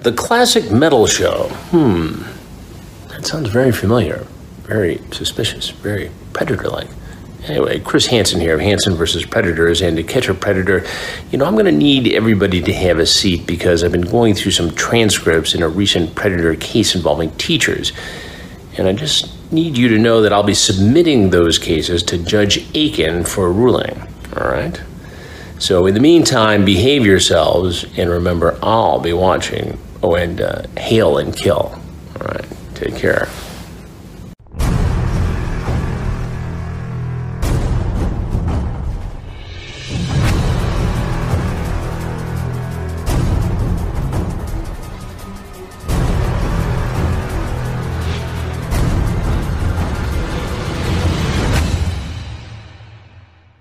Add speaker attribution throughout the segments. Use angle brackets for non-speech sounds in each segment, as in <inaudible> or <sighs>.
Speaker 1: The Classic Metal Show. Hmm. That sounds very familiar. Very suspicious. Very predator like. Anyway, Chris Hansen here of Hansen versus Predators, and to catch a predator, you know, I'm going to need everybody to have a seat because I've been going through some transcripts in a recent predator case involving teachers. And I just need you to know that I'll be submitting those cases to Judge Aiken for a ruling. All right? So, in the meantime, behave yourselves and remember, I'll be watching. Oh, and uh, hail and kill. All right, take care.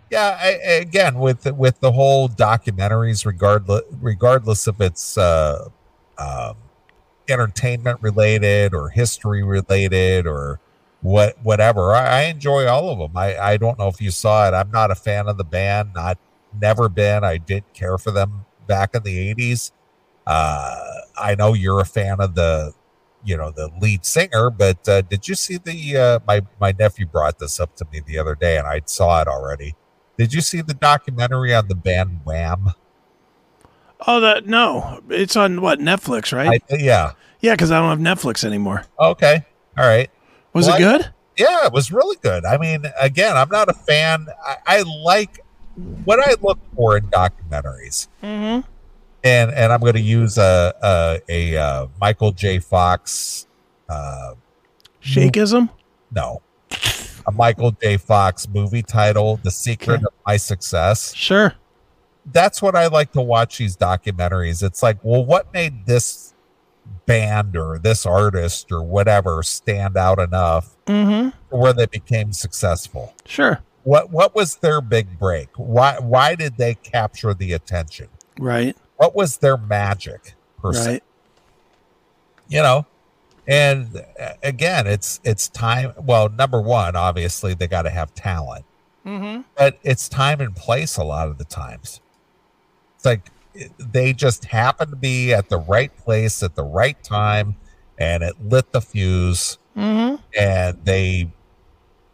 Speaker 2: yeah I, again with the, with the whole documentaries regardless regardless if it's uh, um, entertainment related or history related or what whatever I, I, enjoy all of them I, I don't know if you saw it i'm not a fan of the band not never been i didn't care for them back in the 80s uh, i know you're a fan of the you know the lead singer but uh, did you see the uh, my my nephew brought this up to me the other day and i saw it already did you see the documentary on the band Wham?
Speaker 3: Oh, that no, it's on what Netflix, right?
Speaker 2: I, yeah,
Speaker 3: yeah, because I don't have Netflix anymore.
Speaker 2: Okay, all right.
Speaker 3: Was well, it good? I,
Speaker 2: yeah, it was really good. I mean, again, I'm not a fan. I, I like what I look for in documentaries,
Speaker 3: mm-hmm.
Speaker 2: and and I'm going to use a a, a uh, Michael J. Fox uh,
Speaker 3: Shakeism.
Speaker 2: No, a Michael J. Fox movie title, The Secret okay. of My Success.
Speaker 3: Sure.
Speaker 2: That's what I like to watch these documentaries. It's like, well, what made this band or this artist or whatever stand out enough
Speaker 3: mm-hmm.
Speaker 2: where they became successful?
Speaker 3: Sure.
Speaker 2: What what was their big break? Why why did they capture the attention?
Speaker 3: Right.
Speaker 2: What was their magic per se? Right. You know, and again it's it's time well number one obviously they got to have talent
Speaker 3: mm-hmm.
Speaker 2: but it's time and place a lot of the times it's like they just happen to be at the right place at the right time and it lit the fuse
Speaker 3: mm-hmm.
Speaker 2: and they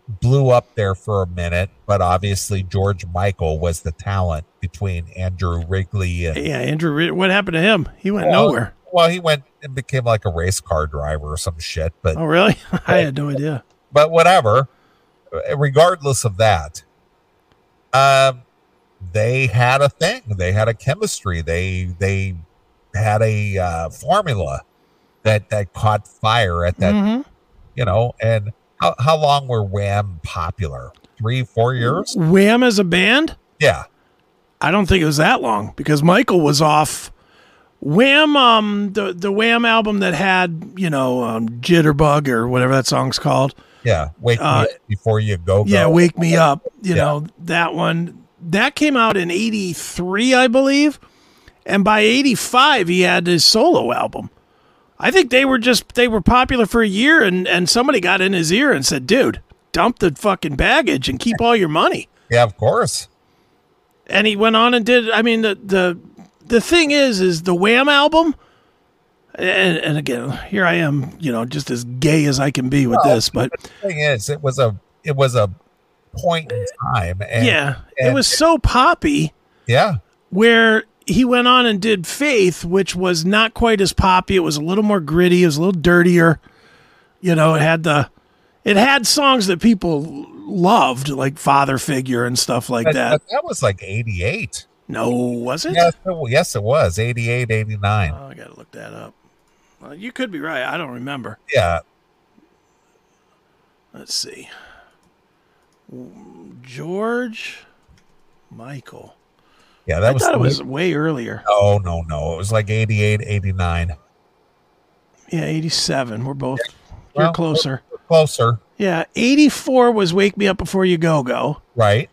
Speaker 2: blew up there for a minute but obviously george michael was the talent between andrew wrigley and
Speaker 3: yeah andrew what happened to him he went well, nowhere
Speaker 2: well, he went and became like a race car driver or some shit. But
Speaker 3: oh, really? <laughs> I had no idea.
Speaker 2: But whatever. Regardless of that, um, they had a thing. They had a chemistry. They they had a uh, formula that that caught fire at that.
Speaker 3: Mm-hmm.
Speaker 2: You know, and how how long were Wham popular? Three, four
Speaker 3: Mm-hmm.
Speaker 2: years.
Speaker 3: Wham as a band?
Speaker 2: Yeah.
Speaker 3: I don't think it was that long because Michael was off. Wham, um, the the Wham album that had you know um, Jitterbug or whatever that song's called.
Speaker 2: Yeah, wake uh, me before you go.
Speaker 3: Yeah, wake me up. You yeah. know that one that came out in '83, I believe, and by '85 he had his solo album. I think they were just they were popular for a year, and and somebody got in his ear and said, "Dude, dump the fucking baggage and keep all your money."
Speaker 2: Yeah, of course.
Speaker 3: And he went on and did. I mean, the the the thing is, is the Wham album, and, and, again, here I am, you know, just as gay as I can be with well, this. But
Speaker 2: the thing is, it was a it was a point in time. And,
Speaker 3: yeah, and, it was so poppy.
Speaker 2: Yeah,
Speaker 3: where he went on and did Faith, which was not quite as poppy. It was a little more gritty. It was a little dirtier. You know, it had the it had songs that people loved, like Father Figure and stuff like
Speaker 2: but,
Speaker 3: that.
Speaker 2: But that was like '88.
Speaker 3: No, was it?
Speaker 2: Yes, it, yes, it was 88, 89.
Speaker 3: Oh, I got to look that up. Well, you could be right. I don't remember.
Speaker 2: Yeah.
Speaker 3: Let's see. George Michael.
Speaker 2: Yeah, that
Speaker 3: I
Speaker 2: was,
Speaker 3: thought it was way earlier.
Speaker 2: Oh, no, no. It was like 88, 89.
Speaker 3: Yeah, 87. We're both, yeah. well, you're closer.
Speaker 2: closer.
Speaker 3: Yeah, 84 was Wake Me Up Before You Go Go.
Speaker 2: Right.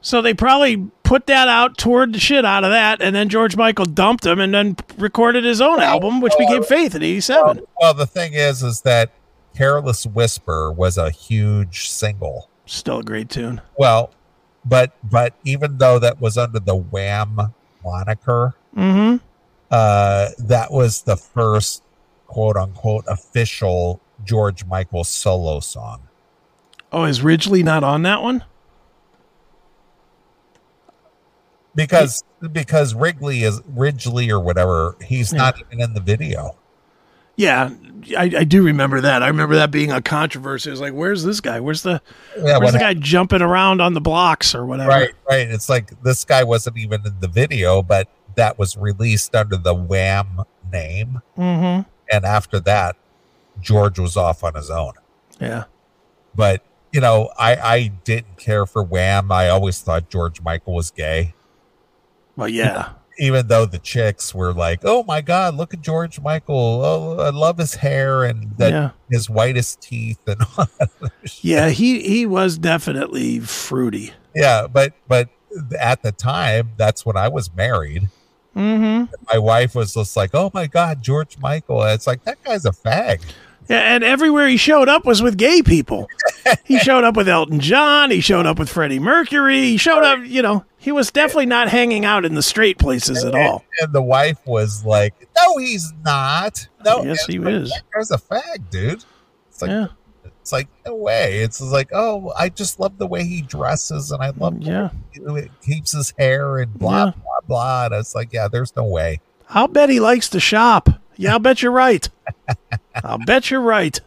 Speaker 3: So they probably put that out, toured the shit out of that, and then George Michael dumped him and then recorded his own album, which became Faith in '87.
Speaker 2: Well, well, the thing is, is that Careless Whisper was a huge single.
Speaker 3: Still a great tune.
Speaker 2: Well, but but even though that was under the Wham moniker,
Speaker 3: mm-hmm.
Speaker 2: uh, that was the first quote unquote official George Michael solo song.
Speaker 3: Oh, is Ridgely not on that one?
Speaker 2: Because because Wrigley is Ridgely or whatever, he's not even in the video.
Speaker 3: Yeah, I, I do remember that. I remember that being a controversy. It was like, where's this guy? Where's the
Speaker 2: Yeah,
Speaker 3: where's
Speaker 2: what
Speaker 3: the guy jumping around on the blocks or whatever?
Speaker 2: Right, right. It's like this guy wasn't even in the video, but that was released under the Wham name.
Speaker 3: Mm-hmm.
Speaker 2: And after that, George was off on his own.
Speaker 3: Yeah.
Speaker 2: But you know, I I didn't care for Wham. I always thought George Michael was gay,
Speaker 3: Well, yeah.
Speaker 2: even though the chicks were like, "Oh my God, look at George Michael! Oh, I love his hair and that
Speaker 3: yeah.
Speaker 2: his whitest teeth and <laughs> all that."
Speaker 3: Yeah. He he was definitely fruity.
Speaker 2: yeah." But but at the time, that's when I was married.
Speaker 3: Mm-hmm.
Speaker 2: my wife was just like, "Oh my God, George Michael!" And it's like that guy's a fag.
Speaker 3: Yeah, and everywhere he showed up was with gay people. he showed up with Elton John. He showed up with Freddie Mercury. He showed up, you know, he was definitely not hanging out in the straight places at all.
Speaker 2: And the wife was like, "No, he's not. No,
Speaker 3: Yes, he
Speaker 2: it's like,
Speaker 3: is.
Speaker 2: That guy's a fag, dude." It's like
Speaker 3: Yeah,
Speaker 2: it's like no way. It's just like, oh, I just love the way he dresses, and I love
Speaker 3: Mm, yeah.
Speaker 2: the way he uh, keeps his hair and blah
Speaker 3: Yeah.
Speaker 2: blah blah. And it's like, yeah, there's no way. <laughs>
Speaker 3: I'll bet he likes to shop. Yeah, I'll bet you're right. I'll bet you're right.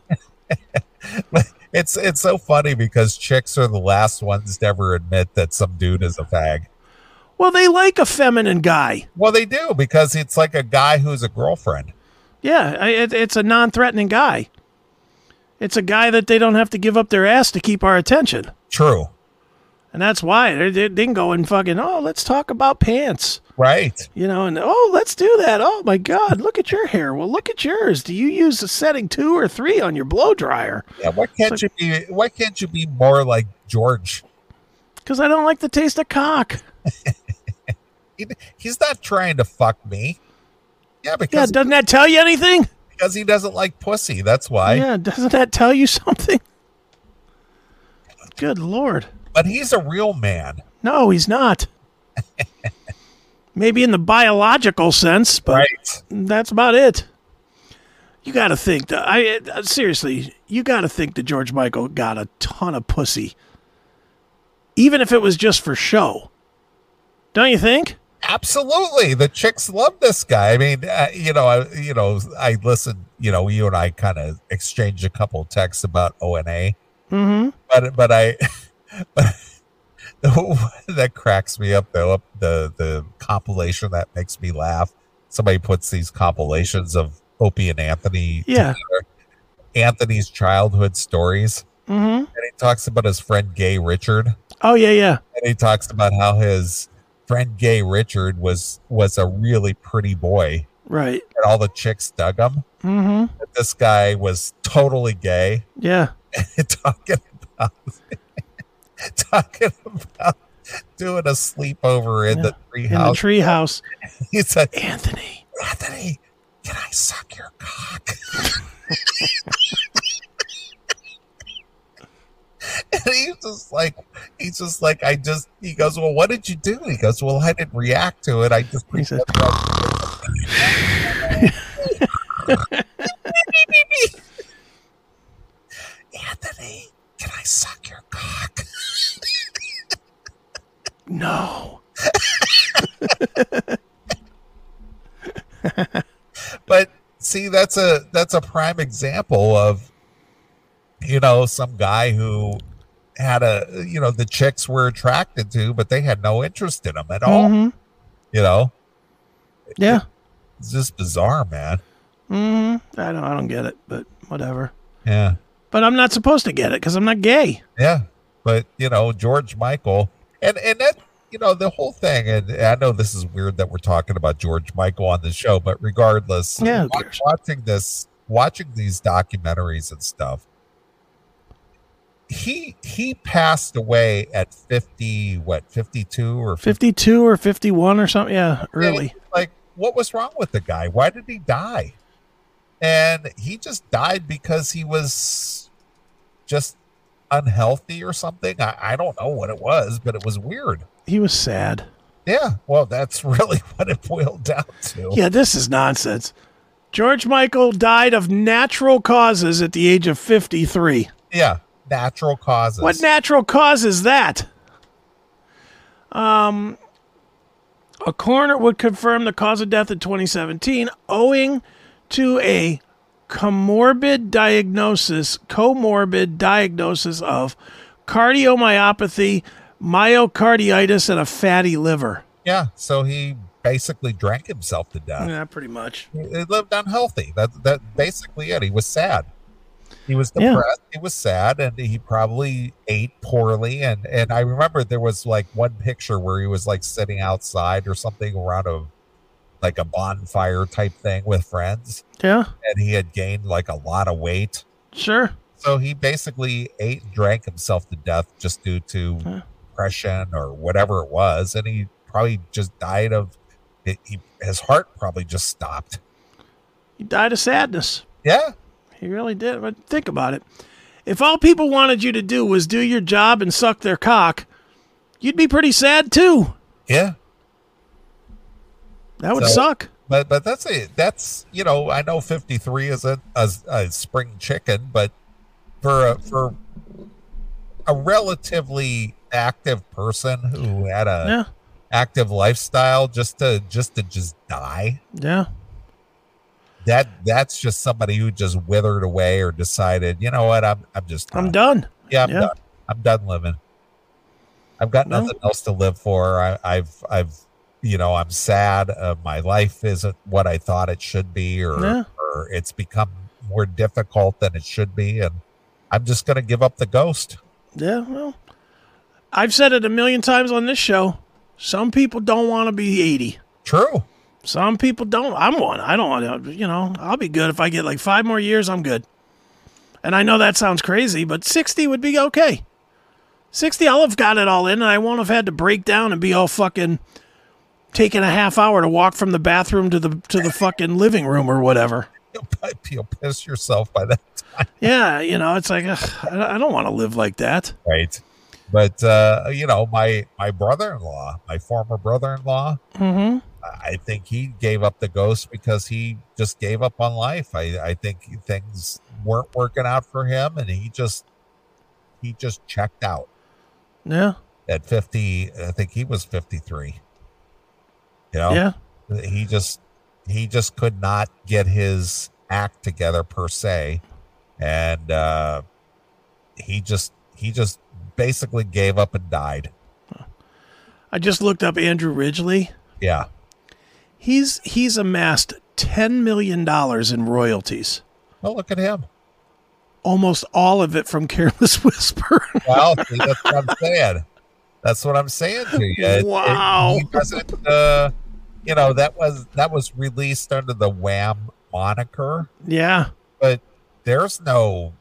Speaker 2: It's it's so funny because chicks are the last ones to ever admit that some dude is a fag.
Speaker 3: Well, they like a feminine guy.
Speaker 2: Well, they do because it's like a guy who's a girlfriend.
Speaker 3: Yeah, I, it, it's a non-threatening guy. It's a guy that they don't have to give up their ass to keep our attention,
Speaker 2: True,
Speaker 3: and that's why they, they didn't go and fucking. Oh, let's talk about pants.
Speaker 2: right?
Speaker 3: You know, and oh, let's do that. Oh my God, look at your hair. Well, look at yours. Do you use a setting two or three on your blow dryer?
Speaker 2: Yeah, why can't you be? Why can't you be more like George?
Speaker 3: Because I don't like the taste of cock.
Speaker 2: He, he's not trying to fuck me. Yeah,
Speaker 3: Yeah,
Speaker 2: because
Speaker 3: doesn't that tell you anything?
Speaker 2: because he doesn't like pussy. That's why.
Speaker 3: yeah, doesn't that tell you something? Good Lord.
Speaker 2: But he's a real man,
Speaker 3: No, he's not. Maybe in the biological sense, but
Speaker 2: right?
Speaker 3: that's about it. You got to think that I uh, seriously, you got to think that George Michael got a ton of pussy, even if it was just for show. Don't you think?
Speaker 2: Absolutely. The chicks love this guy. I mean, uh, you know, I, you know, I listened. You know, you and I kind of exchanged a couple texts about O and A,
Speaker 3: Mm-hmm.
Speaker 2: but but I. <laughs> that cracks me up though up the the compilation that makes me laugh somebody puts these compilations of opie and anthony
Speaker 3: Yeah.
Speaker 2: Anthony's childhood stories.
Speaker 3: Mm-hmm.
Speaker 2: And he talks about his friend Gay Richard. And
Speaker 3: Oh yeah, yeah.
Speaker 2: he talks about how his friend Gay Richard was was a really pretty boy.
Speaker 3: Right.
Speaker 2: And all the chicks dug him.
Speaker 3: Mm-hmm.
Speaker 2: But this guy was totally gay.
Speaker 3: Yeah.
Speaker 2: talking about <laughs> talking about doing a sleepover in
Speaker 3: Yeah,
Speaker 2: the tree
Speaker 3: In the
Speaker 2: house.
Speaker 3: treehouse,
Speaker 2: <laughs> he said,
Speaker 3: Anthony.
Speaker 2: Anthony, can I suck your cock? <laughs> and he's just like, he's just like, I just, he goes, well, what did you do? He goes, well, I didn't react to it. I just,
Speaker 3: He said-
Speaker 2: Anthony, can I suck your cock?
Speaker 3: No.
Speaker 2: But see, that's a, that's a prime example of, you know, some guy who had a, you know, the chicks were attracted to, but they had no interest in him at all.
Speaker 3: Mhm.
Speaker 2: You know,
Speaker 3: Yeah.
Speaker 2: it's just bizarre, man.
Speaker 3: Mm-hmm. I don't. I don't get it, but whatever.
Speaker 2: Yeah.
Speaker 3: But I'm not supposed to get it because I'm not gay.
Speaker 2: Yeah, but you know George Michael, and and that you know the whole thing. And I know this is weird that we're talking about George Michael on the show, but regardless,
Speaker 3: Yeah, who
Speaker 2: wa-
Speaker 3: cares?
Speaker 2: watching this, watching these documentaries and stuff, he he passed away at fifty, what fifty two or 50,
Speaker 3: Fifty-two or fifty-one or something. Yeah. Early.
Speaker 2: like what was wrong with the guy? Why did he die? And he just died because he was just unhealthy or something. I, I don't know what it was, but it was weird.
Speaker 3: He was sad.
Speaker 2: Yeah, well, that's <laughs> really what it boiled down to.
Speaker 3: Yeah, this is nonsense. George Michael died of natural causes at the age of 53.
Speaker 2: Yeah, natural causes.
Speaker 3: What natural cause is that? Um, a coroner would confirm the cause of death in 2017 owing to a comorbid diagnosis, comorbid diagnosis of cardiomyopathy, myocarditis, and a fatty liver.
Speaker 2: yeah, so he basically drank himself to death.
Speaker 3: Yeah, pretty much.
Speaker 2: He he lived unhealthy. That that basically it. He was sad. He was
Speaker 3: Yeah.
Speaker 2: depressed. He was sad, and he probably ate poorly. And and I remember there was like one picture where he was like sitting outside or something around a like a bonfire type thing with friends,
Speaker 3: Yeah,
Speaker 2: and he had gained like a lot of weight.
Speaker 3: sure.
Speaker 2: So he basically ate and drank himself to death just due to
Speaker 3: Huh.
Speaker 2: depression or whatever it was, and he probably just died of. He, he, his heart probably just stopped.
Speaker 3: He died of sadness.
Speaker 2: Yeah,
Speaker 3: He really did. But think about it. If all people wanted you to do was do your job and suck their cock, you'd be pretty sad too.
Speaker 2: yeah.
Speaker 3: That would
Speaker 2: So-
Speaker 3: suck.
Speaker 2: But but that's it. That's you know I know fifty three isn't a, a spring chicken, but for a, for a relatively active person who had a
Speaker 3: Yeah.
Speaker 2: active lifestyle, just to just to just die
Speaker 3: Yeah.
Speaker 2: that that's just somebody who just withered away or decided you know what I'm I'm just
Speaker 3: I'm
Speaker 2: done.
Speaker 3: done.
Speaker 2: yeah I'm
Speaker 3: yeah.
Speaker 2: done I'm done living. I've got
Speaker 3: No.
Speaker 2: nothing else to live for. I, I've I've you know I'm sad. Uh, my life isn't what I thought it should be, or
Speaker 3: Yeah.
Speaker 2: or it's become more difficult than it should be, and I'm just gonna give up the ghost.
Speaker 3: Yeah. Well, I've said it a million times on this show. Some people don't want to be 80.
Speaker 2: True. <laughs>
Speaker 3: Some people don't. I'm one. I don't want to, you know, I'll be good if I get like five more years, I'm good. And I know that sounds crazy, but 60 would be okay. 60, I'll have got it all in and I won't have had to break down and be all fucking taking a half hour to walk from the bathroom to the to the fucking living room or whatever.
Speaker 2: You'll, probably- you'll piss yourself by that time.
Speaker 3: Yeah, you know, it's like ugh, I I don't want to live like that.
Speaker 2: Right. But uh, you know my my brother-in-law, my former brother-in-law,
Speaker 3: Mhm.
Speaker 2: I think he gave up the ghost because he just gave up on life. I, I think things weren't working out for him and he just he just checked out
Speaker 3: Yeah.
Speaker 2: at 50 I think he was 53. You know,
Speaker 3: Yeah.
Speaker 2: he just he just could not get his act together per se and uh he just he just basically gave up and died.
Speaker 3: I just looked up Andrew Ridgely.
Speaker 2: Yeah.
Speaker 3: He's he's amassed 10 million dollars in royalties.
Speaker 2: Well, look at him.
Speaker 3: almost all of it from <laughs> Careless Whisper.
Speaker 2: Well, see, that's what I'm saying. That's what I'm saying to you. It- it-
Speaker 3: Wow.
Speaker 2: he doesn't, uh, you know, that was that was released under the Wham moniker,
Speaker 3: yeah.
Speaker 2: but there's no,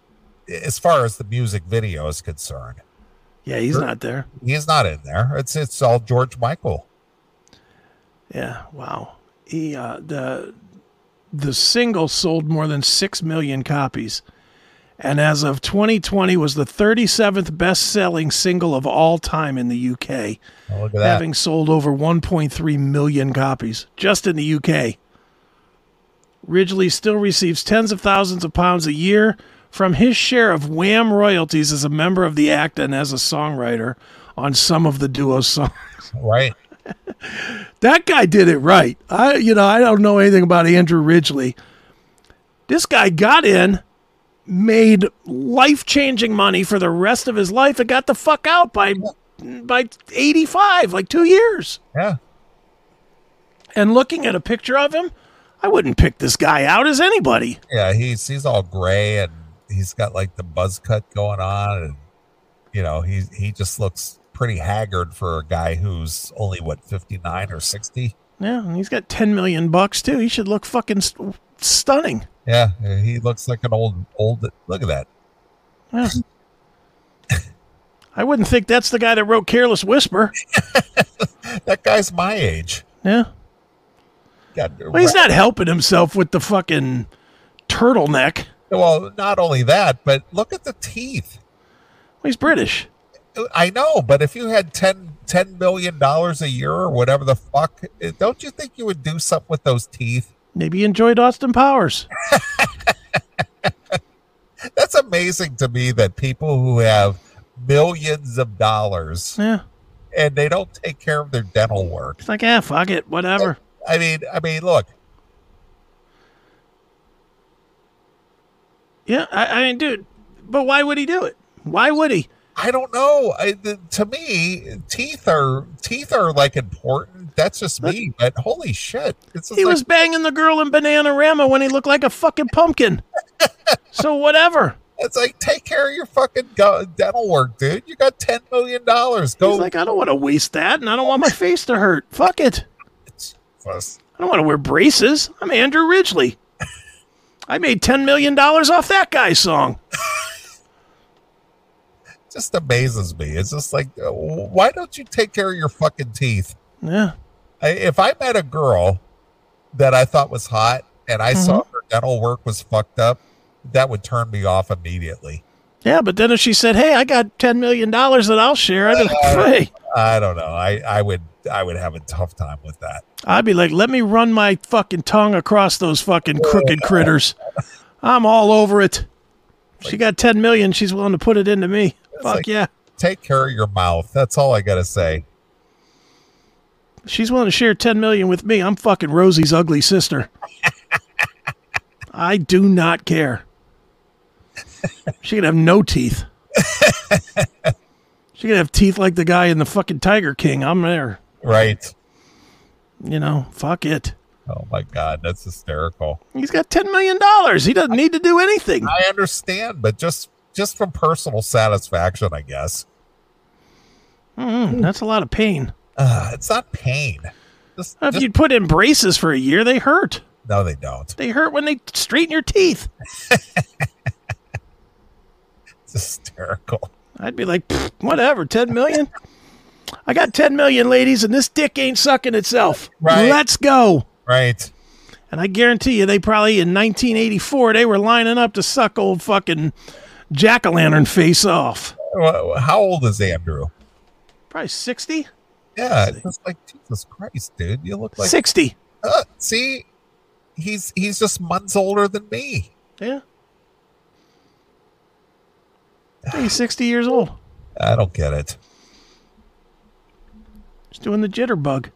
Speaker 2: as far as the music video is concerned,
Speaker 3: Yeah, he's
Speaker 2: Sure.
Speaker 3: not there.
Speaker 2: he's not in there. It's it's all George Michael.
Speaker 3: Yeah. Wow. He uh the the single sold more than 6 million copies and as of 2020 was the 37th best-selling single of all time in the UK,
Speaker 2: Well, look at that.
Speaker 3: having sold over 1.3 million copies just in the UK. Ridgely still receives tens of thousands of pounds a year from his share of Wham royalties as a member of the act and as a songwriter on some of the duo's songs.
Speaker 2: right.
Speaker 3: <laughs> That guy did it right. I, you know, I don't know anything about Andrew Ridgely. This guy got in, made life-changing money for the rest of his life, and got the fuck out by by eighty-five, like two years.
Speaker 2: Yeah.
Speaker 3: And looking at a picture of him, I wouldn't pick this guy out as anybody.
Speaker 2: Yeah. He's he's all gray and he's got like the buzz cut going on, and you know he he just looks pretty haggard for a guy who's only what 59 or 60.
Speaker 3: Yeah, and he's got ten million bucks too. He should look fucking st- stunning.
Speaker 2: Yeah, he looks like an old old. Look at that.
Speaker 3: Yeah. I wouldn't think that's the guy that wrote "Careless Whisper."
Speaker 2: That guy's my age.
Speaker 3: Yeah.
Speaker 2: God,
Speaker 3: Well, he's not helping himself with the fucking turtleneck.
Speaker 2: well, not only that, but look at the teeth.
Speaker 3: Well, he's British.
Speaker 2: I know, but if you had 10, $10 million dollars a year or whatever the fuck, eh, don't you think you would do something with those teeth?
Speaker 3: Maybe you enjoyed Austin Powers.
Speaker 2: That's amazing to me that people who have millions of dollars
Speaker 3: Yeah.
Speaker 2: and they don't take care of their dental work.
Speaker 3: It's like, ah, fuck it, whatever.
Speaker 2: I mean, I mean, look,
Speaker 3: Yeah, I, I mean, dude, but why would he do it? Why would he?
Speaker 2: I don't know. I, the, to me, teeth are teeth are like important. That's just me. But holy shit, it's just
Speaker 3: He
Speaker 2: like,
Speaker 3: was banging the girl in Bananarama when he looked like a fucking <laughs> pumpkin. so whatever.
Speaker 2: it's like take care of your fucking go- dental work, dude. You got ten million dollars. Go
Speaker 3: He's like, I don't want to waste that, and I don't want my face to hurt. Fuck it.
Speaker 2: Jesus.
Speaker 3: I don't want to wear braces. I'm Andrew Ridgely. <laughs> I made ten million dollars off that guy's song.
Speaker 2: just amazes me. It's just like, uh, why don't you take care of your fucking teeth?
Speaker 3: Yeah,
Speaker 2: I, if I met a girl that I thought was hot and I saw her dental work was fucked up, that would turn me off immediately.
Speaker 3: yeah. But then if she said, "Hey, I got ten million dollars that I'll share," I'd be like, "Hey."
Speaker 2: I don't know. I, I would I would have a tough time with that.
Speaker 3: I'd be like, let me run my fucking tongue across those fucking crooked critters. I'm all over it. She got 10 million. She's willing to put it into me. Fuck
Speaker 2: like-
Speaker 3: yeah.
Speaker 2: Take care of your mouth. That's all I gotta say.
Speaker 3: She's willing to share 10 million with me. I'm fucking Rosie's ugly sister. I do not care. She could have no teeth. she could have teeth like the guy in the fucking Tiger King. I'm there.
Speaker 2: Right.
Speaker 3: You know, fuck it.
Speaker 2: Oh my god, that's hysterical.
Speaker 3: He's got $10 million. He doesn't need to do anything.
Speaker 2: I understand, but just just from personal satisfaction, I guess.
Speaker 3: Mm, that's a lot of pain.
Speaker 2: Uh, it's not pain. Just,
Speaker 3: If
Speaker 2: just
Speaker 3: you'd put in braces for a year, they hurt.
Speaker 2: no, they don't.
Speaker 3: They hurt when they straighten your teeth.
Speaker 2: It's hysterical.
Speaker 3: I'd be like, "Pfft, whatever, 10 million. I got 10 million, ladies, and this dick ain't sucking itself.
Speaker 2: Right.
Speaker 3: Let's go.
Speaker 2: Right.
Speaker 3: And I guarantee you, they probably in 1984, they were lining up to suck old fucking jack o' lantern face off.
Speaker 2: Wha- How old is Andrew?
Speaker 3: Probably 60?
Speaker 2: Yeah, it's just like Jesus Christ, dude. You look like
Speaker 3: 60.
Speaker 2: uh, see, he's he's just months older than me.
Speaker 3: Yeah.
Speaker 2: <sighs>
Speaker 3: Hey, he's 60 years old.
Speaker 2: I don't get it.
Speaker 3: He's doing the jitterbug.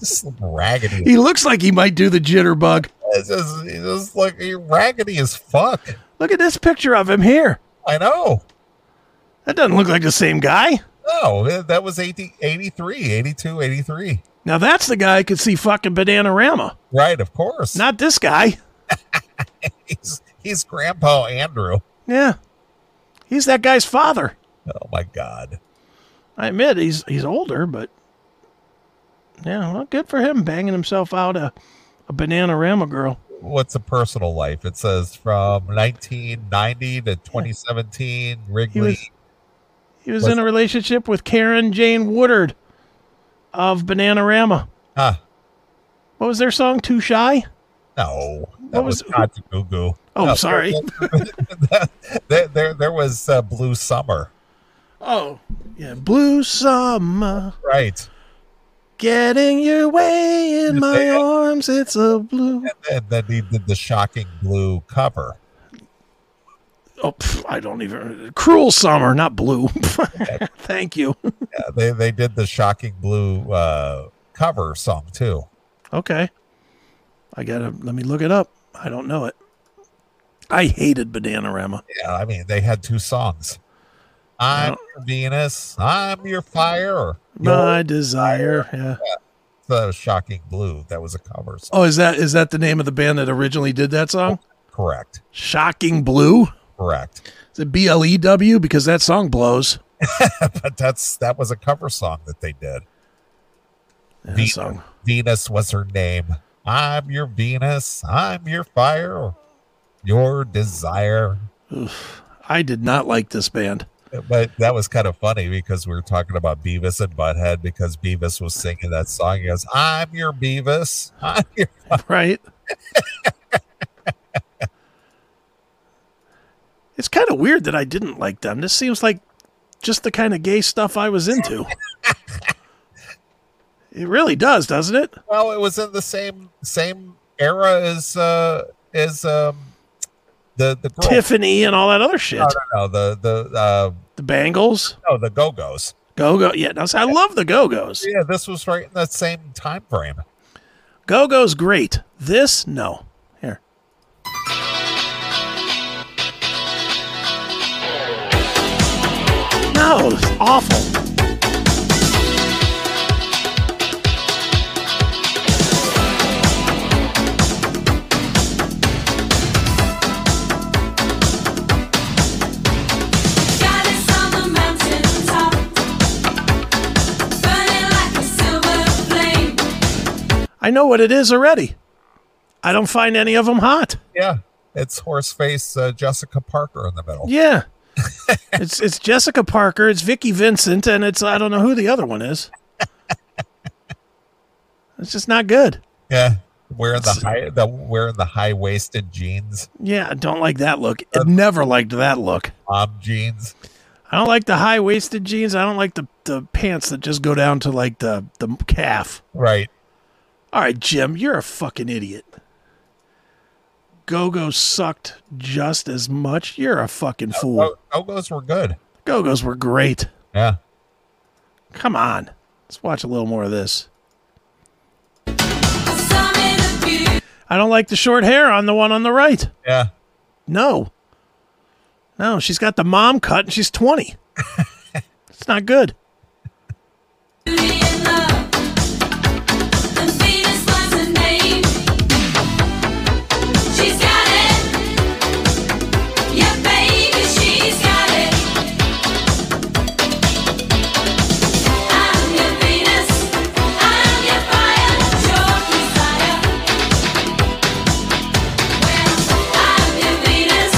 Speaker 2: Just raggedy.
Speaker 3: He looks like he might do the jitterbug.
Speaker 2: It's just, he's just like he's raggedy as fuck.
Speaker 3: Look at this picture of him here.
Speaker 2: I know.
Speaker 3: That doesn't look like the same guy.
Speaker 2: No, that was 80, 83, 82, 83.
Speaker 3: Now that's the guy I could see fucking Bananarama.
Speaker 2: Right, of course.
Speaker 3: Not this guy.
Speaker 2: he's he's Grandpa Andrew.
Speaker 3: Yeah. He's that guy's father.
Speaker 2: Oh my God.
Speaker 3: I admit he's he's older, but yeah, well, good for him banging himself out a, a Bananarama girl.
Speaker 2: What's a personal life? It says from 1990 to 2017, Wrigley.
Speaker 3: was- He was in a relationship with Karen Jane Woodard of Bananarama.
Speaker 2: huh.
Speaker 3: What was their song? Too Shy?
Speaker 2: No, that
Speaker 3: was-
Speaker 2: was, Katsu Goo Goo.
Speaker 3: Oh,
Speaker 2: No,
Speaker 3: sorry.
Speaker 2: <laughs> there, there, there was uh, Blue Summer,
Speaker 3: Oh, yeah. Blue Summer.
Speaker 2: right?
Speaker 3: Getting your way in my
Speaker 2: Yeah.
Speaker 3: arms. It's a blue.
Speaker 2: And then he did the shocking blue cover.
Speaker 3: Oh, pff, I don't even. Cruel Summer, not blue. <laughs> Thank you.
Speaker 2: Yeah, they they did the shocking blue uh, cover song too.
Speaker 3: Okay. I gotta let me look it up. I don't know it. I hated Bananarama.
Speaker 2: Yeah, I mean they had two songs. I'm
Speaker 3: Yeah.
Speaker 2: your Venus. I'm your fire. Or
Speaker 3: My desire. Yeah.
Speaker 2: the shocking blue. That was a cover song.
Speaker 3: Oh, is that is that the name of the band that originally did that song?
Speaker 2: Correct.
Speaker 3: Shocking Blue.
Speaker 2: Correct. <laughs>
Speaker 3: Is it B L E W? Because that song blows.
Speaker 2: But that's that was a cover song that they did.
Speaker 3: That
Speaker 2: Venus.
Speaker 3: song.
Speaker 2: Venus was her name. I'm your Venus. I'm your fire. Your desire.
Speaker 3: I did not like this band.
Speaker 2: But that was kind of funny because we were talking about Beavis and Butthead because Beavis was singing that song. He goes, I'm your Beavis. <laughs> I'm your
Speaker 3: Right. it's kind of weird that I didn't like them. This seems like just the kind of gay stuff I was into. it really does, doesn't it?
Speaker 2: Well, it was in the same same era as uh as um the the girl.
Speaker 3: Tiffany and all that other shit.
Speaker 2: No, no, no, the the uh
Speaker 3: The Bangles,
Speaker 2: no the Go Go's.
Speaker 3: Go Go. Yeah, that's- I love the Go Go's.
Speaker 2: Yeah, this was right in that same time frame.
Speaker 3: Go Go's great. This, no. Here. No, it's awful.
Speaker 4: Got us on the mountain top, burning like a silver flame.
Speaker 3: I know what it is already. I don't find any of them hot.
Speaker 2: Yeah, it's Horseface uh, Jessica Parker in the middle.
Speaker 3: Yeah. it's it's Jessica Parker, it's Vicky Vincent, and it's I don't know who the other one is. It's just not good.
Speaker 2: Yeah, wearing the high the wearing the high waisted jeans,
Speaker 3: Yeah, I don't like that look. I never liked that look.
Speaker 2: mom jeans.
Speaker 3: I don't like the high waisted jeans. I don't like the, the pants that just go down to like the, the calf.
Speaker 2: Right.
Speaker 3: All right, Jim, you're a fucking idiot. Go Go sucked just as much. You're a fucking fool.
Speaker 2: Go Go's were good.
Speaker 3: Go Go's were great.
Speaker 2: Yeah.
Speaker 3: Come on. Let's watch a little more of this.
Speaker 4: Summon the beauty,
Speaker 3: I don't like the short hair on the one on the right.
Speaker 2: Yeah.
Speaker 3: No. No, she's got the mom cut and she's 20. it's not good.
Speaker 4: beauty and love. And Venus was her name. She's got it, yeah, baby, she's got it. I'm your Venus, I'm your fire, your desire. I'm your Venus,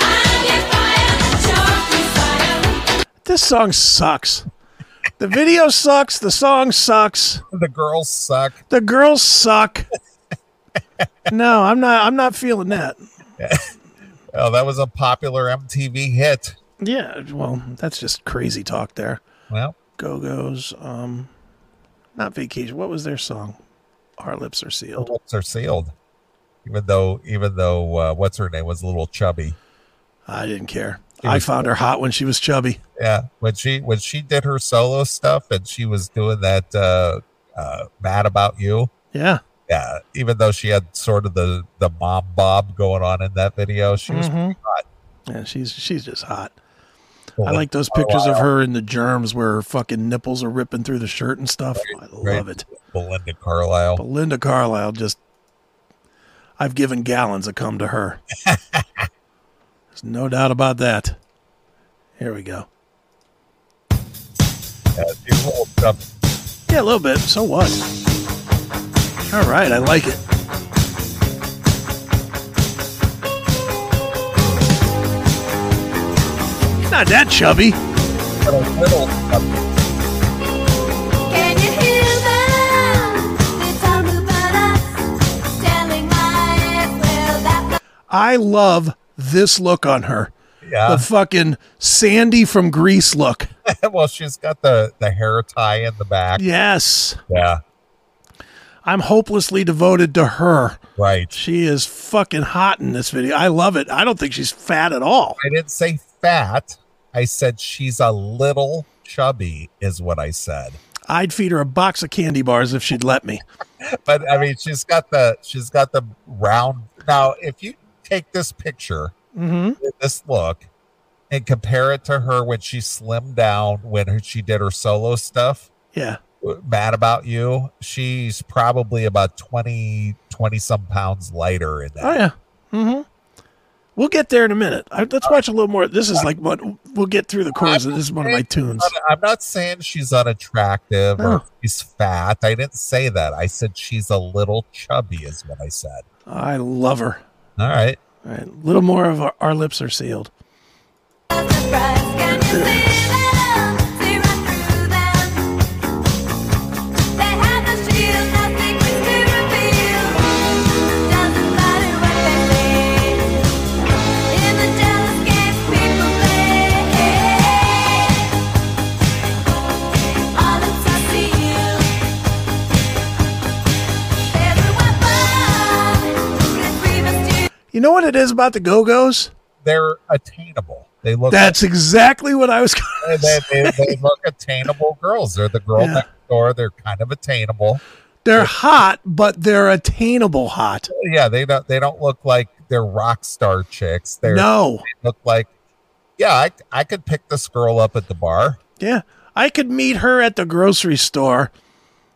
Speaker 4: I'm your fire, your desire.
Speaker 3: This song sucks. The video sucks. The song sucks.
Speaker 2: The girls suck.
Speaker 3: The girls suck. No, I'm not I'm not feeling that.
Speaker 2: Oh, that was a popular MTV hit.
Speaker 3: Yeah, well, that's just crazy talk there.
Speaker 2: Well,
Speaker 3: Go-Go's um not vacation. What was their song? Our lips are
Speaker 2: the
Speaker 3: sealed.
Speaker 2: lips are sealed. Even though, even though, uh, what's her name was a little chubby.
Speaker 3: I didn't care. I found her hot when she was chubby.
Speaker 2: Yeah, when she when she did her solo stuff and she was doing that uh, uh, "Mad About You."
Speaker 3: Yeah.
Speaker 2: Yeah, even though she had sort of the the mom bob going on in that video, she was pretty hot.
Speaker 3: Yeah, she's she's just hot.
Speaker 2: Well,
Speaker 3: I like those pictures of her in the germs where her fucking nipples are ripping through the shirt and stuff. I
Speaker 2: right.
Speaker 3: love it.
Speaker 2: Belinda Carlisle.
Speaker 3: But Linda Carlisle just I've given gallons of cum
Speaker 2: <laughs>
Speaker 3: to her. There's no doubt about that. Here we go.
Speaker 2: Yeah, she's a little chubby.
Speaker 3: Yeah, a little bit. So what? All right, I like it. Not that chubby.
Speaker 2: but a little chubby.
Speaker 4: Can you hear them? They talk about us, telling lies. Well, that
Speaker 3: I love this look on her.
Speaker 2: Yeah.
Speaker 3: the fucking Sandy from Greece look.
Speaker 2: <laughs> well, she's got the the hair tie in the back.
Speaker 3: Yes.
Speaker 2: Yeah.
Speaker 3: I'm hopelessly devoted to her.
Speaker 2: Right.
Speaker 3: She is fucking hot in this video. I love it. I don't think she's fat at all.
Speaker 2: I didn't say fat. I said she's a little chubby, is what I said.
Speaker 3: I'd feed her a box of candy bars if she'd let me.
Speaker 2: But I mean, she's got the she's got the round. Now, if you take this picture,
Speaker 3: Mm-hmm.
Speaker 2: with this look, and compare it to her when she slimmed down when her, she did her solo stuff,
Speaker 3: Yeah.
Speaker 2: Mad About You, she's probably about 20, 20 some pounds lighter in that.
Speaker 3: Oh, yeah. Mm hmm. We'll get there in a minute. I, let's watch a little more. This is like what we'll get through the chorus. of This is one of my tunes.
Speaker 2: I'm not saying she's unattractive
Speaker 3: No.
Speaker 2: or she's fat. I didn't say that. I said she's a little chubby, is what I said.
Speaker 3: I love her.
Speaker 2: All right.
Speaker 3: All right. A little more of our, our lips are sealed.
Speaker 4: surprise. Can you see them? See right through them. They have the shield, no secrets to reveal. Doesn't matter what they say. In the jealous games people play.
Speaker 3: You know what it is about the Go Go's?
Speaker 2: They're attainable. They look
Speaker 3: That's exactly what I was. Gonna
Speaker 2: they,
Speaker 3: say.
Speaker 2: they, they look attainable girls. They're the girl
Speaker 3: Yeah.
Speaker 2: next door. They're kind of attainable.
Speaker 3: They're hot, but they're attainable hot.
Speaker 2: Yeah, they don't they don't look like they're rock star chicks. They're,
Speaker 3: No,
Speaker 2: They look like yeah, I I could pick this girl up at the bar.
Speaker 3: yeah, I could meet her at the grocery store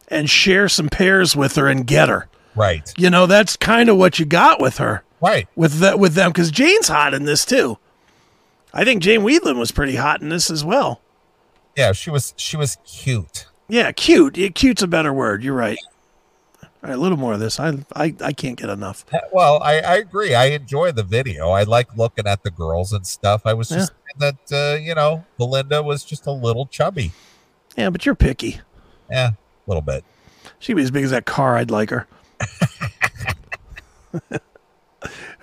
Speaker 3: and share some pears with her and get her.
Speaker 2: Right.
Speaker 3: You know, that's kind of what you got with her.
Speaker 2: Right.
Speaker 3: with the, with them because Jane's hot in this too. I think Jane Weedland was pretty hot in this as well.
Speaker 2: Yeah, she was she was cute.
Speaker 3: Yeah, cute. Yeah, cute's a better word. You're right. All right, a little more of this. I I, I can't get enough.
Speaker 2: Uh, Well, I, I agree. I enjoy the video. I like looking at the girls and stuff. I was just saying that uh, you know, Belinda was just a little chubby.
Speaker 3: Yeah, but you're picky.
Speaker 2: Yeah, a little bit.
Speaker 3: She'd be as big as that car. I'd like her. <laughs>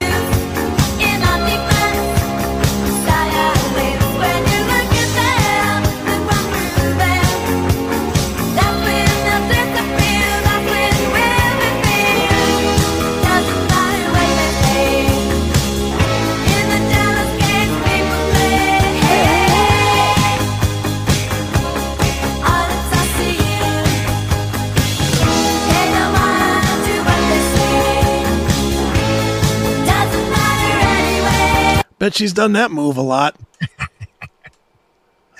Speaker 4: In our defense, desire wins when you look at them. The proper event. That's when the disappear. That's when we'll be free. Doesn't matter what they say. In the jealous games people play. All it's up to you. They don't wanna do what they say. Doesn't matter anyway.
Speaker 3: Bet she's done that move a lot.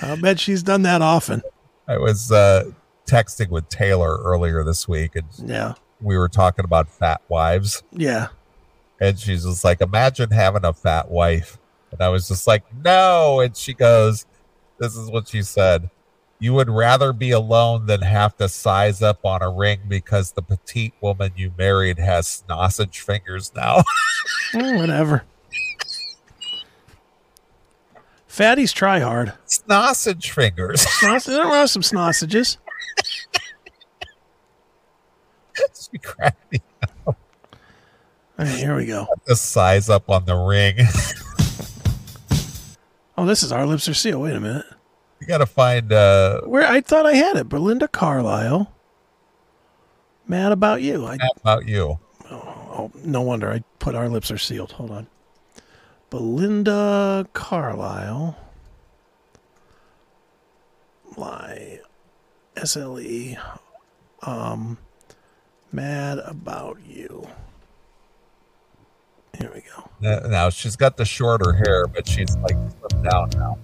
Speaker 3: I bet she's done that often.
Speaker 2: I was uh texting with Taylor earlier this week and
Speaker 3: Yeah,
Speaker 2: we were talking about fat wives
Speaker 3: yeah.
Speaker 2: and she's just like imagine having a fat wife and i was just like no and she goes this is what she said you would rather be alone than have to size up on a ring because the petite woman you married has sausage fingers now <laughs>
Speaker 3: Eh, whatever. Fatties try hard.
Speaker 2: sausage fingers <laughs>
Speaker 3: Snos- there were some sausages.
Speaker 2: she cracked me
Speaker 3: All right, here we go.
Speaker 2: the size up on the ring <laughs>
Speaker 3: Oh, this is our lips are sealed. Wait a minute.
Speaker 2: you gotta find uh
Speaker 3: Where I thought I had it. Belinda Carlisle. Mad about you. I
Speaker 2: Matt about you
Speaker 3: oh, no wonder I put our lips are sealed. Hold on. Belinda Carlisle. Lie. S L E. Um mad about you. Here we go.
Speaker 2: Uh, now she's got the shorter hair but she's like slimmed down now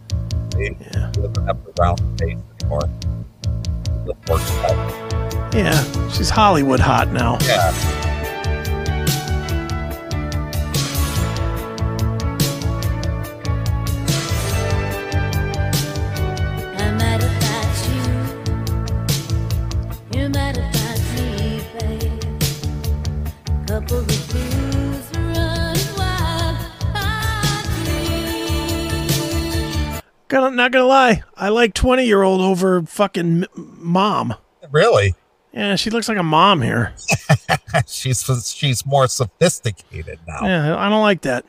Speaker 2: she
Speaker 3: Yeah.
Speaker 2: doesn't have the round face anymore The pork chop.
Speaker 3: Yeah. She's Hollywood hot now.
Speaker 2: Yeah,
Speaker 4: I'm mad about you. You're mad about me, babe. Couple of blues run wild. I dream.
Speaker 3: Gonna, not gonna lie, I like twenty year old over fucking m- mom.
Speaker 2: really. <laughs>
Speaker 3: Yeah, she looks like a mom here.
Speaker 2: She's she's more sophisticated now. Yeah,
Speaker 3: Yeah, I don't like that.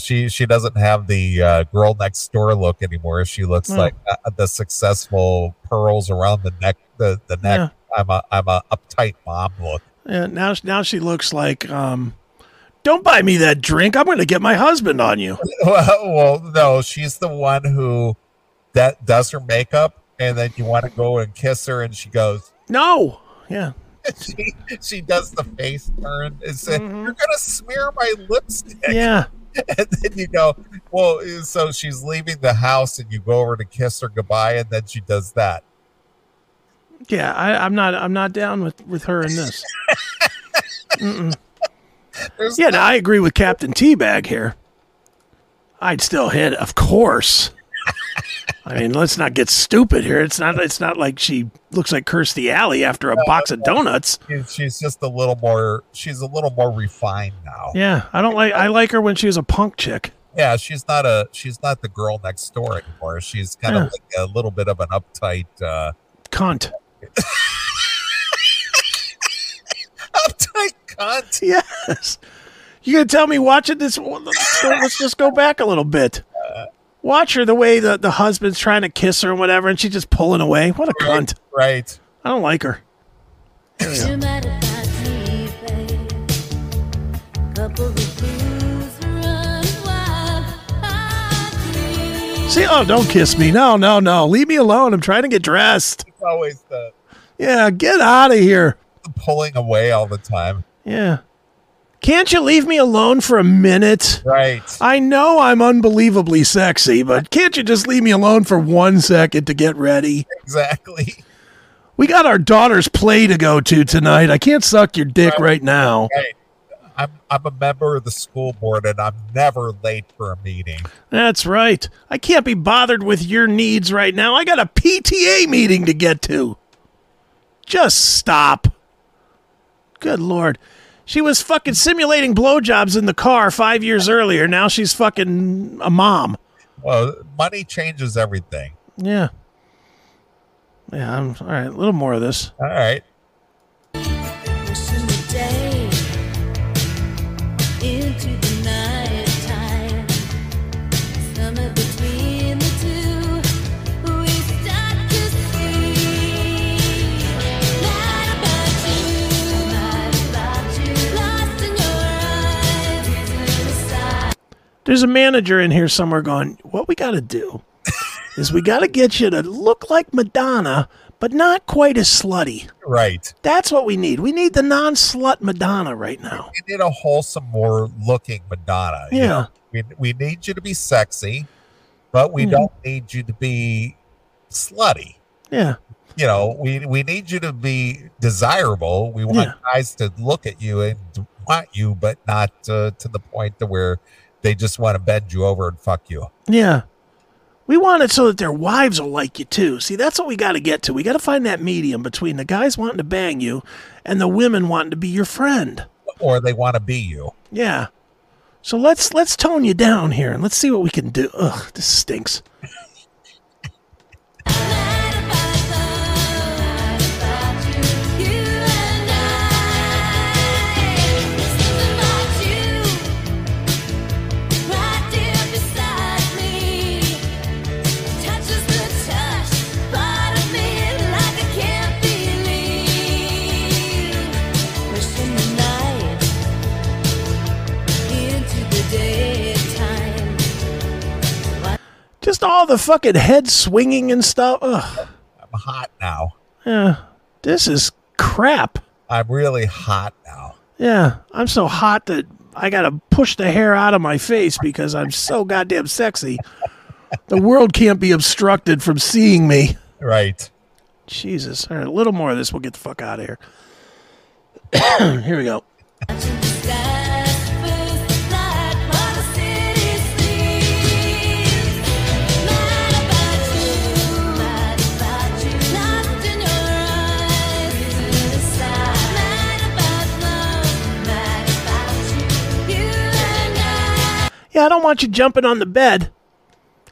Speaker 2: she she doesn't have the uh, girl next door look anymore. She looks
Speaker 3: No.
Speaker 2: like uh, the successful pearls around the neck. The the neck. I'm a I'm a uptight mom look. <laughs>
Speaker 3: Yeah, now now she looks like um, don't buy me that drink. I'm gonna get my husband on you.
Speaker 2: well, well, no, she's the one who that does her makeup, and then you want to go and kiss her, and she goes. <laughs>
Speaker 3: No. Yeah.
Speaker 2: She she does the face turn and says, "You're gonna smear my lipstick."
Speaker 3: Yeah.
Speaker 2: <laughs> and then you go, well, so she's leaving the house, and you go over to kiss her goodbye, and then she does that.
Speaker 3: Yeah. I, I'm not. I'm not down with with her in this.
Speaker 2: There's
Speaker 3: Yeah. Now I agree with Captain Teabag here. I'd still hit, of course. I mean, let's not get stupid here. It's not. It's not like she looks like Kirstie Alley after a box of donuts.
Speaker 2: she- she's just a little more. She's a little more refined now. Yeah.
Speaker 3: Yeah, I don't like. I like her when she was a punk chick.
Speaker 2: she's not a. She's not the girl next door anymore. She's kind
Speaker 3: Yeah.
Speaker 2: of like a little bit of an uptight, uh, <laughs>
Speaker 3: Cunt.
Speaker 2: uptight cunt.
Speaker 3: <laughs> Yes. You gonna tell me watching this? Let's, go, let's just go back a little bit. Watch her the way the the husband's trying to kiss her and whatever, and she's just pulling away. What a cunt!
Speaker 2: Right.
Speaker 3: I don't like her.
Speaker 4: You're mad about me, babe.
Speaker 3: See, oh, don't kiss me. No, no, no. Leave me alone. I'm trying to get dressed.
Speaker 2: It's always the,
Speaker 3: Yeah, get out of here.
Speaker 2: the pulling away all the time.
Speaker 3: Yeah. Can't you leave me alone for a minute?
Speaker 2: Right.
Speaker 3: I know I'm unbelievably sexy, but can't you just leave me alone for one second to get ready?
Speaker 2: Exactly. <laughs>
Speaker 3: We got our daughter's play to go to tonight. I can't suck your dick right now.
Speaker 2: Right. I'm I'm a member of the school board and I'm never late for a meeting.
Speaker 3: That's right. I can't be bothered with your needs right now. I got a PTA meeting to get to. Just stop. Good lord. She was fucking simulating blowjobs in the car five years earlier. Now she's fucking a mom.
Speaker 2: Well, money changes everything.
Speaker 3: Yeah. Yeah, I'm all right. A little more of this.
Speaker 2: All right.
Speaker 3: There's a manager in here somewhere going, What we got to do is we got to get you to look like Madonna, but not quite as slutty.
Speaker 2: Right.
Speaker 3: That's what we need. We need the non slut Madonna right now.
Speaker 2: We need a wholesome more looking Madonna. you
Speaker 3: Yeah.
Speaker 2: know? We we need you to be sexy, but
Speaker 3: Hmm.
Speaker 2: we don't need you to be slutty.
Speaker 3: Yeah.
Speaker 2: You know, we we need you to be desirable. We want
Speaker 3: Yeah.
Speaker 2: guys to look at you and want you, but not uh, to the point to where they just want to bend you over and fuck you.
Speaker 3: Yeah. We want it so that their wives will like you too. See, that's what we got to get to. We got to find that medium between the guys wanting to bang you and the women wanting to be your friend.
Speaker 2: Or they want to be you.
Speaker 3: Yeah. So let's let's tone you down here and let's see what we can do. Ugh, this stinks.
Speaker 4: Daytime.
Speaker 3: Just all the fucking head swinging and stuff. Ugh.
Speaker 2: I'm hot now.
Speaker 3: Yeah. This is crap.
Speaker 2: I'm really hot now.
Speaker 3: Yeah. I'm so hot that I got to push the hair out of my face because I'm so goddamn sexy. The world can't be obstructed from seeing me.
Speaker 2: Right.
Speaker 3: Jesus. All right, a little more of this. We'll get the fuck out of here. <coughs> here we go. Yeah, I don't want you jumping on the bed.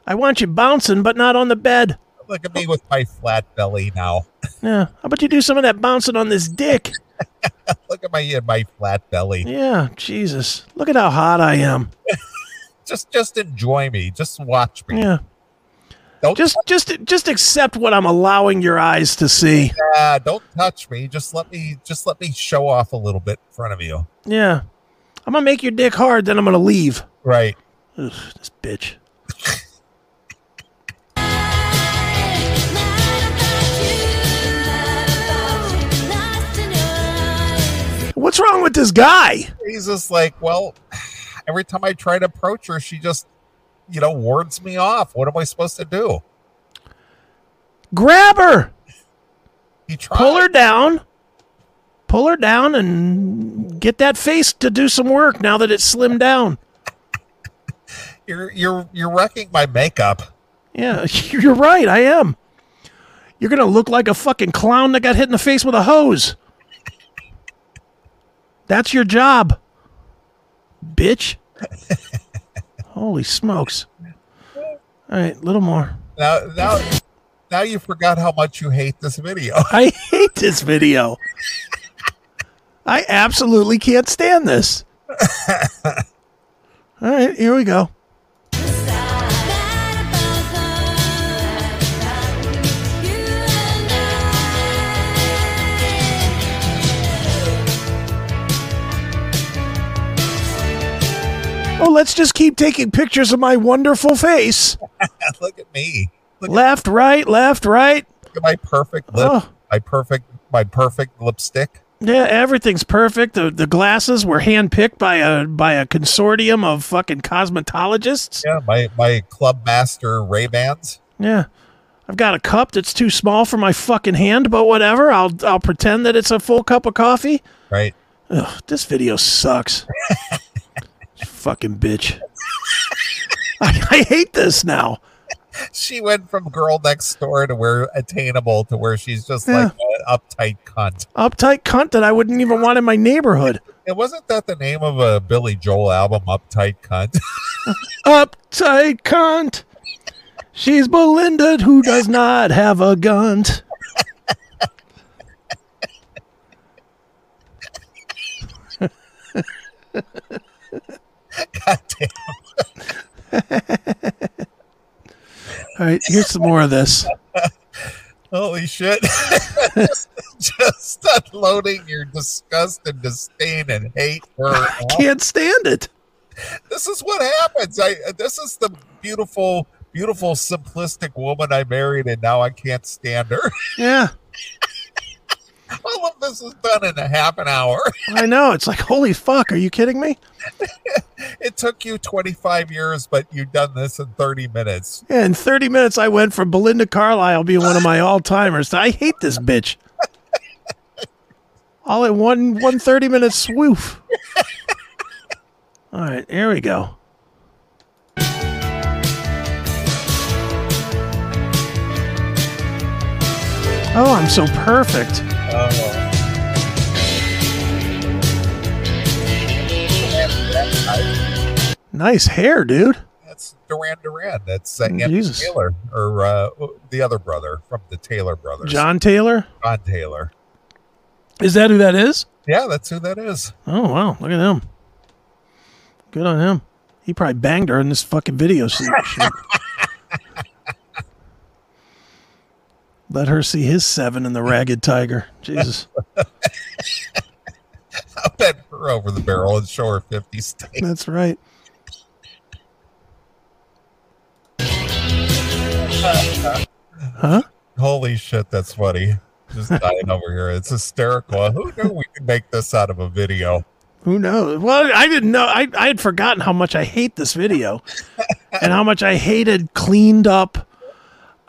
Speaker 3: I want you bouncing, but not on the bed.
Speaker 2: Look at me with my flat belly now.
Speaker 3: Yeah. How about you do some of that bouncing on this dick?
Speaker 2: Look at my my flat belly.
Speaker 3: Yeah, Jesus. Look at how hot I am.
Speaker 2: Just just enjoy me. Just watch me.
Speaker 3: Yeah.
Speaker 2: Don't
Speaker 3: Just just just accept what I'm allowing your eyes to see.
Speaker 2: Yeah, uh, don't touch me. Just let me just let me show off a little bit in front of you.
Speaker 3: Yeah. I'm gonna make your dick hard, then I'm gonna leave.
Speaker 2: Right.
Speaker 3: Ugh, this bitch. What's wrong with this guy?
Speaker 2: He's just like, well, <sighs> every time I try to approach her, she just you know warns me off. What am I supposed to do?
Speaker 3: Grab her.
Speaker 2: He tried.
Speaker 3: pull her down pull her down and get that face to do some work now that it's slimmed down
Speaker 2: You're you're you're wrecking my makeup.
Speaker 3: yeah <laughs> you're right i am you're gonna look like a fucking clown that got hit in the face with a hose that's your job <laughs> bitch holy smokes all right a little more
Speaker 2: Now now now you forgot how much you hate this video. <laughs>
Speaker 3: i hate this video <laughs> i absolutely can't stand <laughs> this all right here we go
Speaker 4: Thank
Speaker 3: Oh, let's just keep taking pictures of my wonderful face.
Speaker 2: Look at me. Look
Speaker 3: Left, right, left, right.
Speaker 2: at my perfect lip.
Speaker 3: Oh.
Speaker 2: My perfect my perfect lipstick.
Speaker 3: Yeah, everything's perfect. The the glasses were handpicked by a by a consortium of fucking cosmetologists.
Speaker 2: Yeah, my my club master Ray Bans.
Speaker 3: Yeah. I've got a cup that's too small for my fucking hand, but whatever. I'll I'll pretend that it's a full cup of coffee.
Speaker 2: Right.
Speaker 3: Ugh, this video sucks. fucking bitch. I, I hate this now.
Speaker 2: She went from girl next door to where attainable to where she's just like an uptight cunt.
Speaker 3: Uptight cunt that I wouldn't even want in my neighborhood.
Speaker 2: And wasn't that the name of a Billy Joel album, Uptight Cunt? <laughs>
Speaker 3: Uptight cunt. She's Belinda who does not have a gun.
Speaker 2: God damn.
Speaker 3: All right, here's some more of this.
Speaker 2: Holy shit. <laughs> just, just unloading your disgust and disdain and hate for
Speaker 3: I can't stand it.
Speaker 2: this is what happens. I this is the beautiful, beautiful, simplistic woman I married, and now I can't stand her. <laughs>
Speaker 3: Yeah,
Speaker 2: All of this is done in a half an hour.
Speaker 3: I know. It's like, holy fuck, are you kidding me?
Speaker 2: It took you 25 years, but you've done this in 30 minutes.
Speaker 3: Yeah, in 30 minutes, I went from Belinda Carlisle being one of my all timers. I hate this bitch. All in one one 30 minute swoop. All right, here we go. Oh, I'm so perfect.
Speaker 2: Oh.
Speaker 3: Nice hair, dude.
Speaker 2: That's Duran Duran. That's uh, Anthony
Speaker 3: Jesus.
Speaker 2: Taylor, or uh, the other brother from the Taylor brothers,
Speaker 3: John Taylor.
Speaker 2: John Taylor.
Speaker 3: Is that who that is?
Speaker 2: Yeah, that's who that is. <laughs>
Speaker 3: Oh wow, look at him. Good on him. He probably banged her in this fucking video shoot. shoot. Let her see his seven in the ragged tiger. Jesus.
Speaker 2: I'll bend her over the barrel and show her 50 states.
Speaker 3: That's right. Huh?
Speaker 2: Holy shit, that's funny. Just dying over here. It's hysterical. Who knew we could make this out of a video?
Speaker 3: Who knows? Well, I didn't know. I, I had forgotten how much I hate this video and how much I hated cleaned up.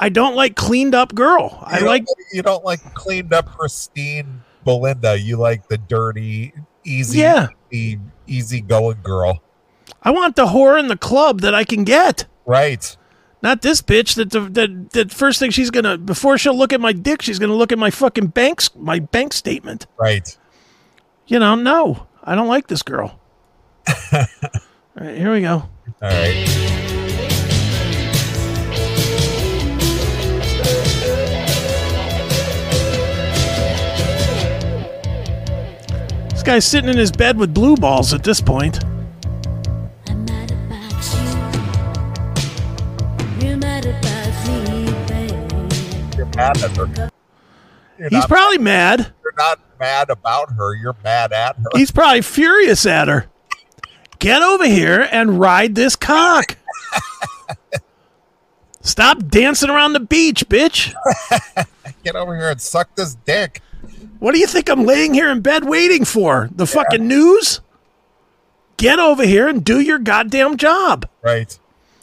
Speaker 3: I don't like cleaned up girl. I
Speaker 2: You don't
Speaker 3: like
Speaker 2: you don't like cleaned up pristine Belinda. You like the dirty, easy,
Speaker 3: Yeah.
Speaker 2: easy, easy going girl.
Speaker 3: I want the whore in the club that I can get.
Speaker 2: Right.
Speaker 3: Not this bitch. That the that the first thing she's gonna before she'll look at my dick, she's gonna look at my fucking banks my bank statement.
Speaker 2: Right.
Speaker 3: You know, no, I don't like this girl. All right, here we go.
Speaker 2: All right.
Speaker 3: This guy's sitting in his bed with blue balls at this point.
Speaker 4: I'm mad about you. You're mad about me, babe.
Speaker 2: You're mad at her. You're
Speaker 3: He's
Speaker 2: not,
Speaker 3: probably mad.
Speaker 2: you're not mad about her. You're mad at her.
Speaker 3: He's probably furious at her. Get over here and ride this cock. Stop dancing around the beach, bitch.
Speaker 2: Get over here and suck this dick.
Speaker 3: What do you think I'm laying here in bed waiting for? The fucking news? Get over here and do your goddamn job.
Speaker 2: Right.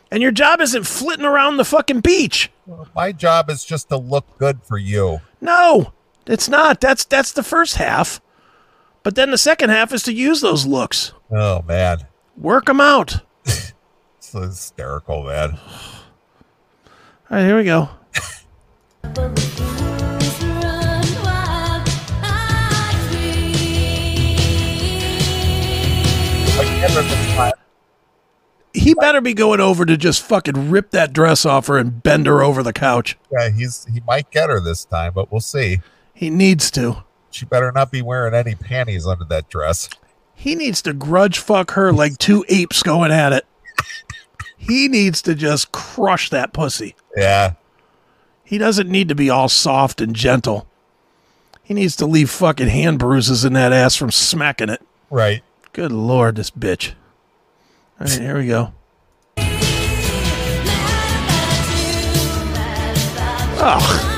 Speaker 3: And your job isn't flitting around the fucking beach.
Speaker 2: My job is just to look good for you.
Speaker 3: No, it's not. That's that's the first half. But then the second half is to use those looks.
Speaker 2: Oh man.
Speaker 3: Work them out. All
Speaker 2: It's hysterical, man.
Speaker 3: right, here we go.
Speaker 4: But the fools run wild. I dream.
Speaker 2: Like never been fun.
Speaker 3: He better be going over to just fucking rip that dress off her and bend her over the couch.
Speaker 2: Yeah, he's he might get her this time, but we'll see.
Speaker 3: He needs to.
Speaker 2: She better not be wearing any panties under that dress.
Speaker 3: He needs to grudge fuck her like two apes going at it. He needs to just crush that pussy.
Speaker 2: Yeah.
Speaker 3: He doesn't need to be all soft and gentle. He needs to leave fucking hand bruises in that ass from smacking it.
Speaker 2: Right.
Speaker 3: Good lord, this bitch. All right, here we go. Oh,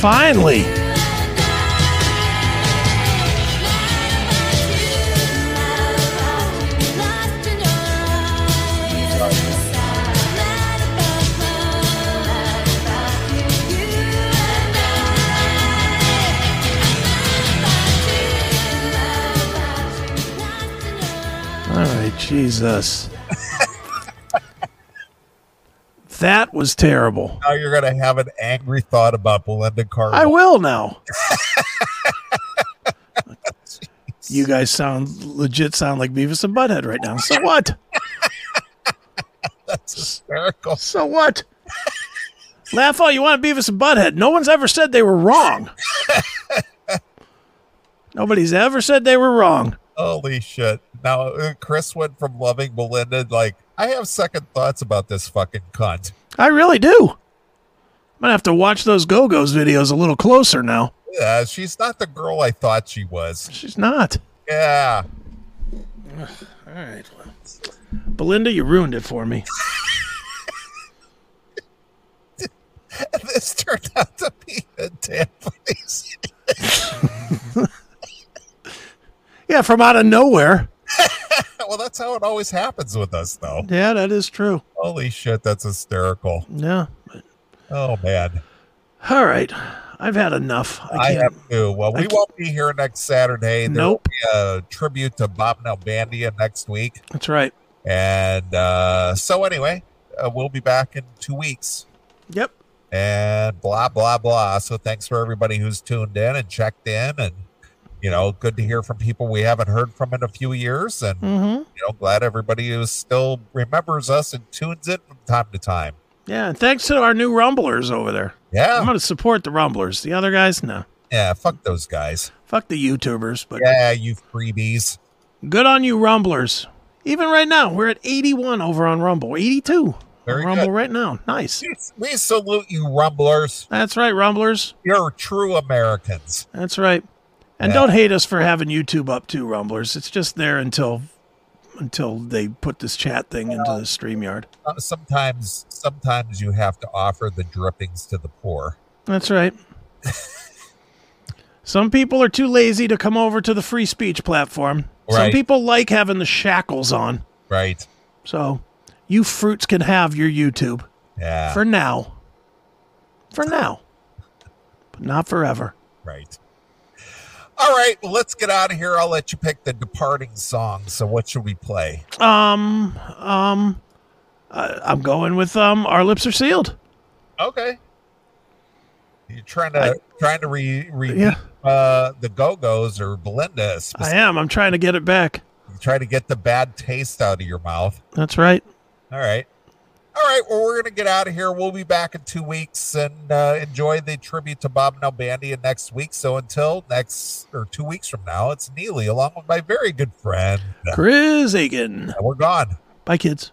Speaker 3: finally. All right, Jesus. <laughs> that was terrible.
Speaker 2: Now you're going to have an angry thought about Belinda Carter.
Speaker 3: I will now. you guys sound legit sound like Beavis and Butthead right now. So what?
Speaker 2: That's hysterical.
Speaker 3: So what? Laugh all you want, Beavis and Butthead. No one's ever said they were wrong. Nobody's ever said they were wrong.
Speaker 2: Holy shit. Now, uh, Chris went from loving Belinda, like, I have second thoughts about this fucking cunt.
Speaker 3: I really do. I'm gonna have to watch those Go Go's videos a little closer now.
Speaker 2: Yeah, she's not the girl I thought she was.
Speaker 3: She's not.
Speaker 2: Yeah. <laughs>
Speaker 3: All right. Belinda, you ruined it for me.
Speaker 2: This turned out to be a damn place.
Speaker 3: Yeah, from out of nowhere.
Speaker 2: well, that's how it always happens with us, though.
Speaker 3: Yeah, that is true.
Speaker 2: Holy shit, that's hysterical.
Speaker 3: Yeah.
Speaker 2: Oh, man.
Speaker 3: All right. I've had enough. I
Speaker 2: I
Speaker 3: can't.
Speaker 2: have to. Well, we
Speaker 3: can't-
Speaker 2: won't be here next Saturday. There
Speaker 3: Nope.
Speaker 2: will be a tribute to Bob Nalbandia next week.
Speaker 3: That's right.
Speaker 2: And uh, so, anyway, uh, we'll be back in two weeks
Speaker 3: Yep.
Speaker 2: and blah, blah, blah. So, thanks for everybody who's tuned in and checked in. And, you know, good to hear from people we haven't heard from in a few years. And,
Speaker 3: Mm-hmm.
Speaker 2: you know, glad everybody who still remembers us and tunes in from time to time.
Speaker 3: Yeah, and thanks to our new Rumblers over there. I'm
Speaker 2: Yeah.
Speaker 3: gonna support the Rumblers. The other guys, no.
Speaker 2: Yeah. Fuck those guys.
Speaker 3: Fuck the YouTubers, but
Speaker 2: Yeah. You freebies.
Speaker 3: good on you, Rumblers. Even right now, we're at 81 over on Rumble. 82
Speaker 2: Very
Speaker 3: on Rumble
Speaker 2: good.
Speaker 3: right now. Nice.
Speaker 2: We salute you, Rumblers.
Speaker 3: That's right, Rumblers.
Speaker 2: You're true Americans.
Speaker 3: That's right. And
Speaker 2: Yeah.
Speaker 3: don't hate us for having YouTube up too, Rumblers. It's just there until until they put this chat thing into the StreamYard.
Speaker 2: Uh, Sometimes, sometimes you have to offer the drippings to the poor.
Speaker 3: That's right. Some people are too lazy to come over to the free speech platform. Some
Speaker 2: Right.
Speaker 3: people like having the shackles on.
Speaker 2: Right.
Speaker 3: So you fruits can have your YouTube
Speaker 2: Yeah.
Speaker 3: for now. For now. But not forever.
Speaker 2: right. All right. Well, let's get out of here. I'll let you pick the departing song. So, what should we play?
Speaker 3: Um, um, I, I'm going with um. Our lips are sealed.
Speaker 2: Okay. You're trying to trying to re, re
Speaker 3: Yeah.
Speaker 2: uh, the Go Go's or Belinda.
Speaker 3: I
Speaker 2: Spec-
Speaker 3: am. I'm trying to get it back.
Speaker 2: try to get the bad taste out of your mouth.
Speaker 3: That's right.
Speaker 2: All right. All right. Well, we're going to get out of here. We'll be back in two weeks and uh, enjoy the tribute to Bob Nalbandia next week. So until next or two weeks from now, it's Neely along with my very good friend.
Speaker 3: Chris Aiken.
Speaker 2: We're gone.
Speaker 3: Bye, kids.